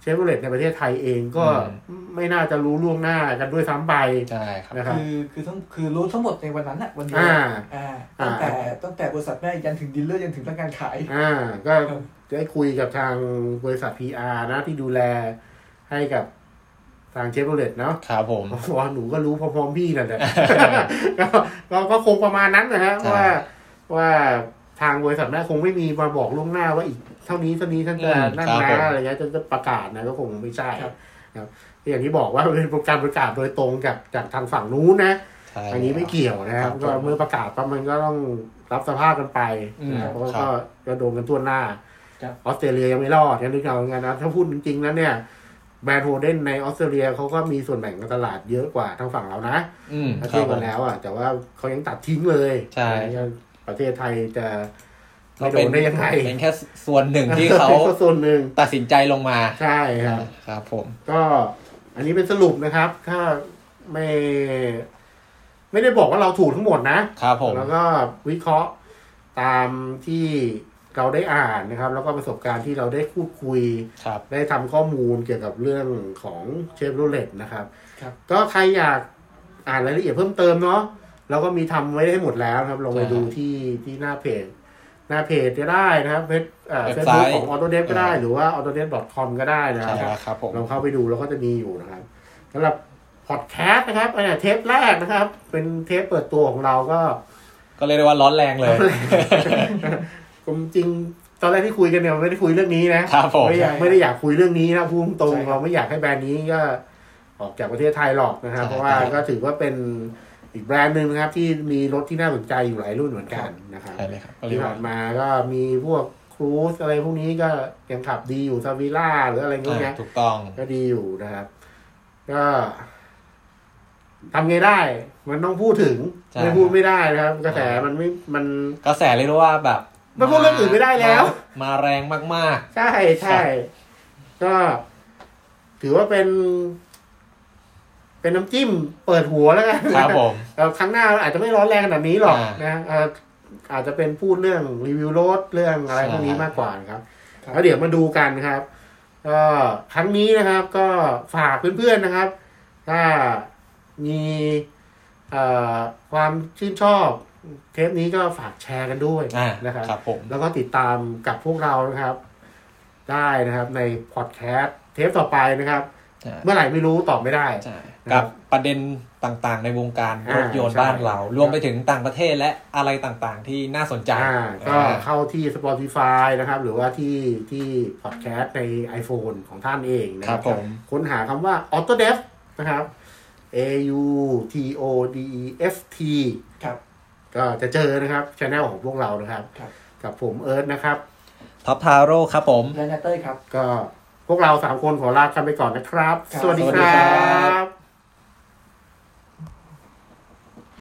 A: เชฟโรเลตในประเทศไทยเองก็ไม่น่าจะรู้ล่วงหน้ากันด้วยซ้ำไป
B: ใช่ครับ
A: นะครับ
C: คือคือทั้งคือรู้ทั้งหมดในวันนั้นอะวันนี้
A: อ่า
C: อ่าตั้งแต่ตั้งแต่บริษัทแม่ยันถึงดีลเลอร์ยันถึงพนักงานขาย
A: อ่า ก็
C: ครับ
A: ได้คุยกับทางบริษัท PR นะที่ดูแลให้กับทางเชฟโรเลตเนาะ
B: ครับผม
A: อ๋ อหนูก็รู้พร้อมๆพี่นั่นแหละ ก็เราก็คงประมาณนั้นนะฮะ
B: ใช่
A: ว่าว่าทางบริษัทแม่คงไม่มีมาบอกล่วงหน้าว่าอีกเท่านี้เท่านี้ท่านจะนั่นนะอะไรเงี้ยจนจะประกาศนะก็คงไม่ใช่
C: ครับ
A: นะครับอย่างที่บอกว่าเป็นโปรแกรมประกาศโดยตรงจากจากทางฝั่งนู้นนะ
B: ใช่
A: อันนี้ไม่เกี่ยวนะครับ
B: ครับ
A: ก็เมื่อประกาศปั๊บมันก็ต้องรับสภาพกันไปนะครับ
B: อืม
A: เพราะว่า
B: ครับ
A: ก็ก็โดนกันทั่วหน้า
C: ครับ
A: ออสเตรเลียยังไม่รอดกันนึกเอาไงนะถ้าพูดจริงๆแล้วเนี่ย แบรนด์โฮเดนในออสเตรเลียเขาก็มีส่วนแบ่งการตลาดเยอะกว่าทางฝั่งเรานะ
B: อืม
A: ถ้า
B: ครั
A: เทีย
B: บบ ผ
A: กั
B: ม
A: นแล้วอ่ะ แต่ว่าเขายังตัดทิ้งเลย
B: ใช่
A: ยังประเทศไทยจะ
B: ก็
A: ไม่โดนได้ยังไง
B: เป็นแค่ส่วนหนึ่งที่ เขา
A: ก็ส่วนหนึ่ง
B: ตัดสินใจลงมา
A: ใช่ครับ
B: ครับผม
A: ก็อันนี้เป็นสรุปนะครับ ถ้าไม่ ไม่ได้บอกว่าเราถูกทั้งหมดนะ
B: ครับผม
A: แล้วก็วิเคราะห์ตามที่ เราได้อ่านนะครับ แล้วก็ประสบการณ์ที่เราได้พูดคุย
B: ครับ
A: ได้ทำข้อมูลเกี่ยวกับเรื่องของเชฟโรเลตนะครับ
C: ครับ
A: ก็ใครอยากอ่านรายละเอียดเพิ่มเติมเนาะเราก็มีทำไว้ให้หมดแล้วนะครับ ลองไป
B: ใช่ครับ
A: ดูที่ที่หน้าเพจ หน้าเพจก็ได้นะครับเฟซ
B: เว็บ
A: เฟซ
B: ไซ
A: บุ๊
B: ต์
A: กของ Autodesk ก็ได้
B: อ่า
A: หรือว่า autodesk com ก็ได้นะค
B: ใช่
A: รับ
B: แล้วครับผม
A: ลองเข้าไปดูแล้วก็จะมีอยู่นะครับสำหรับพอดแคสต์นะครับอันเนี้ยเทปแรกนะครับ เป็นเทปเปิดตัวของเราก็
B: ก็เรียกได้ว่าร้อนแรงเลย
A: ผมจริงตอนแรกที่คุยกันเนี่ยมันไม่ได้คุยเรื่องนี้นะครับ
B: ผม
A: ไม่อยาก
C: ใช่
A: ไม่ได้อยากคุยเรื่องนี้นะพูดตรง
C: ใช่
A: ๆ
C: ครับ
A: เราไม่อยากให้แบรนด์นี้ก็ ออกจากประเทศไทยหรอกนะครับ
B: ใช่
A: เพราะว่า
B: ครับ
A: ก็ถือว่าเป็นอีกแบรนด์หนึ่งนะครับ ที่มีรถที่น่าสนใจอยู่หลายรุ่นเหมือนกันนะครับ
B: ใช่เลยครับก็เรีย
A: ที่
B: กว่า
A: ผ่านมาก็มีพวกครูซอะไรพวกนี้ก็ยังขับดีอยู่ซาวิล่าหรืออะไรพวกเนี้ย
B: ถูกต้อง
A: ก็ดีอยู่นะครับ ก็ทำไงได้ มันต้องพูดถึง
B: ใช่
A: ไม่พูดไม่ได้นะครับ กระแสมันไม่มัน
B: กระแสเรียกได้ว่าแบบ
A: มันพูดเรื่องอื่นไม่ได้แล้ว
B: มามาแรงมาก
A: ใช่ใช่ก็ ถือว่าเป็น เป็นน้ำจิ้มเปิดหัวแล้วกัน
B: ๆ ครับผม
A: เอ่อครั้งหน้าอาจจะไม่ร้อนแรงขนาดนี้หรอก
B: อ่าน
A: นะเอ่ออาจจะเป็นพูดเรื่องรีวิวรถเรื่องอะไรพวกนี้มากกว่านะครับ
C: ครับ
A: แล้วเดี๋ยวมาดูกันครับก็ครั้งนี้นะครับ ก็ฝากเพื่อนๆนะครับ ถ้ามีเอ่อความชื่นชอบ เทปนี้ก็ฝากแชร์กันด้วย
B: อ่า
A: นะครับ
B: ครับผม
A: แล้วก็ติดตามกับพวกเรานะครับ ได้นะครับในพอดแคสต์เทปต่อไปนะครับ
B: ใช่
A: เมื่อไหร่ไม่รู้ตอบไม่ได้
B: ใช่
A: ครั
B: กั
A: บบ
B: ประเด็นต่างๆ ในวงการ
A: อ่าร ร
B: ถยนต์
A: ใช่
B: บ้านเรา
A: ครับ
B: รวมไปถึงต่างประเทศและอะไรต่างๆ ที่น่าสนใจ
A: อ่าก็
B: อ่า
A: เข้าที่ Spotify นะครับ หรือว่าที่ที่พอดแคสต์ใน iPhone ของท่านเองนะครั
B: ครับ บผม
A: ค้นหาคำว่า Autodesk นะครับ A U T O D E S T
C: ครับ
A: ก็จะเจอนะครับช anel ของพวกเรานะครับ
C: ครับ
A: กับผมเอิร์ธนะครับ
B: ท็อปทาโร่ครับผม
C: และนาเต้ยครับ
A: ก็พวกเราสามคนขอลากันไปก่อนนะครับ
C: ครับ
A: สวัสดี
B: สวัส
A: ค
B: ดี
A: รั
B: ครับ
A: บ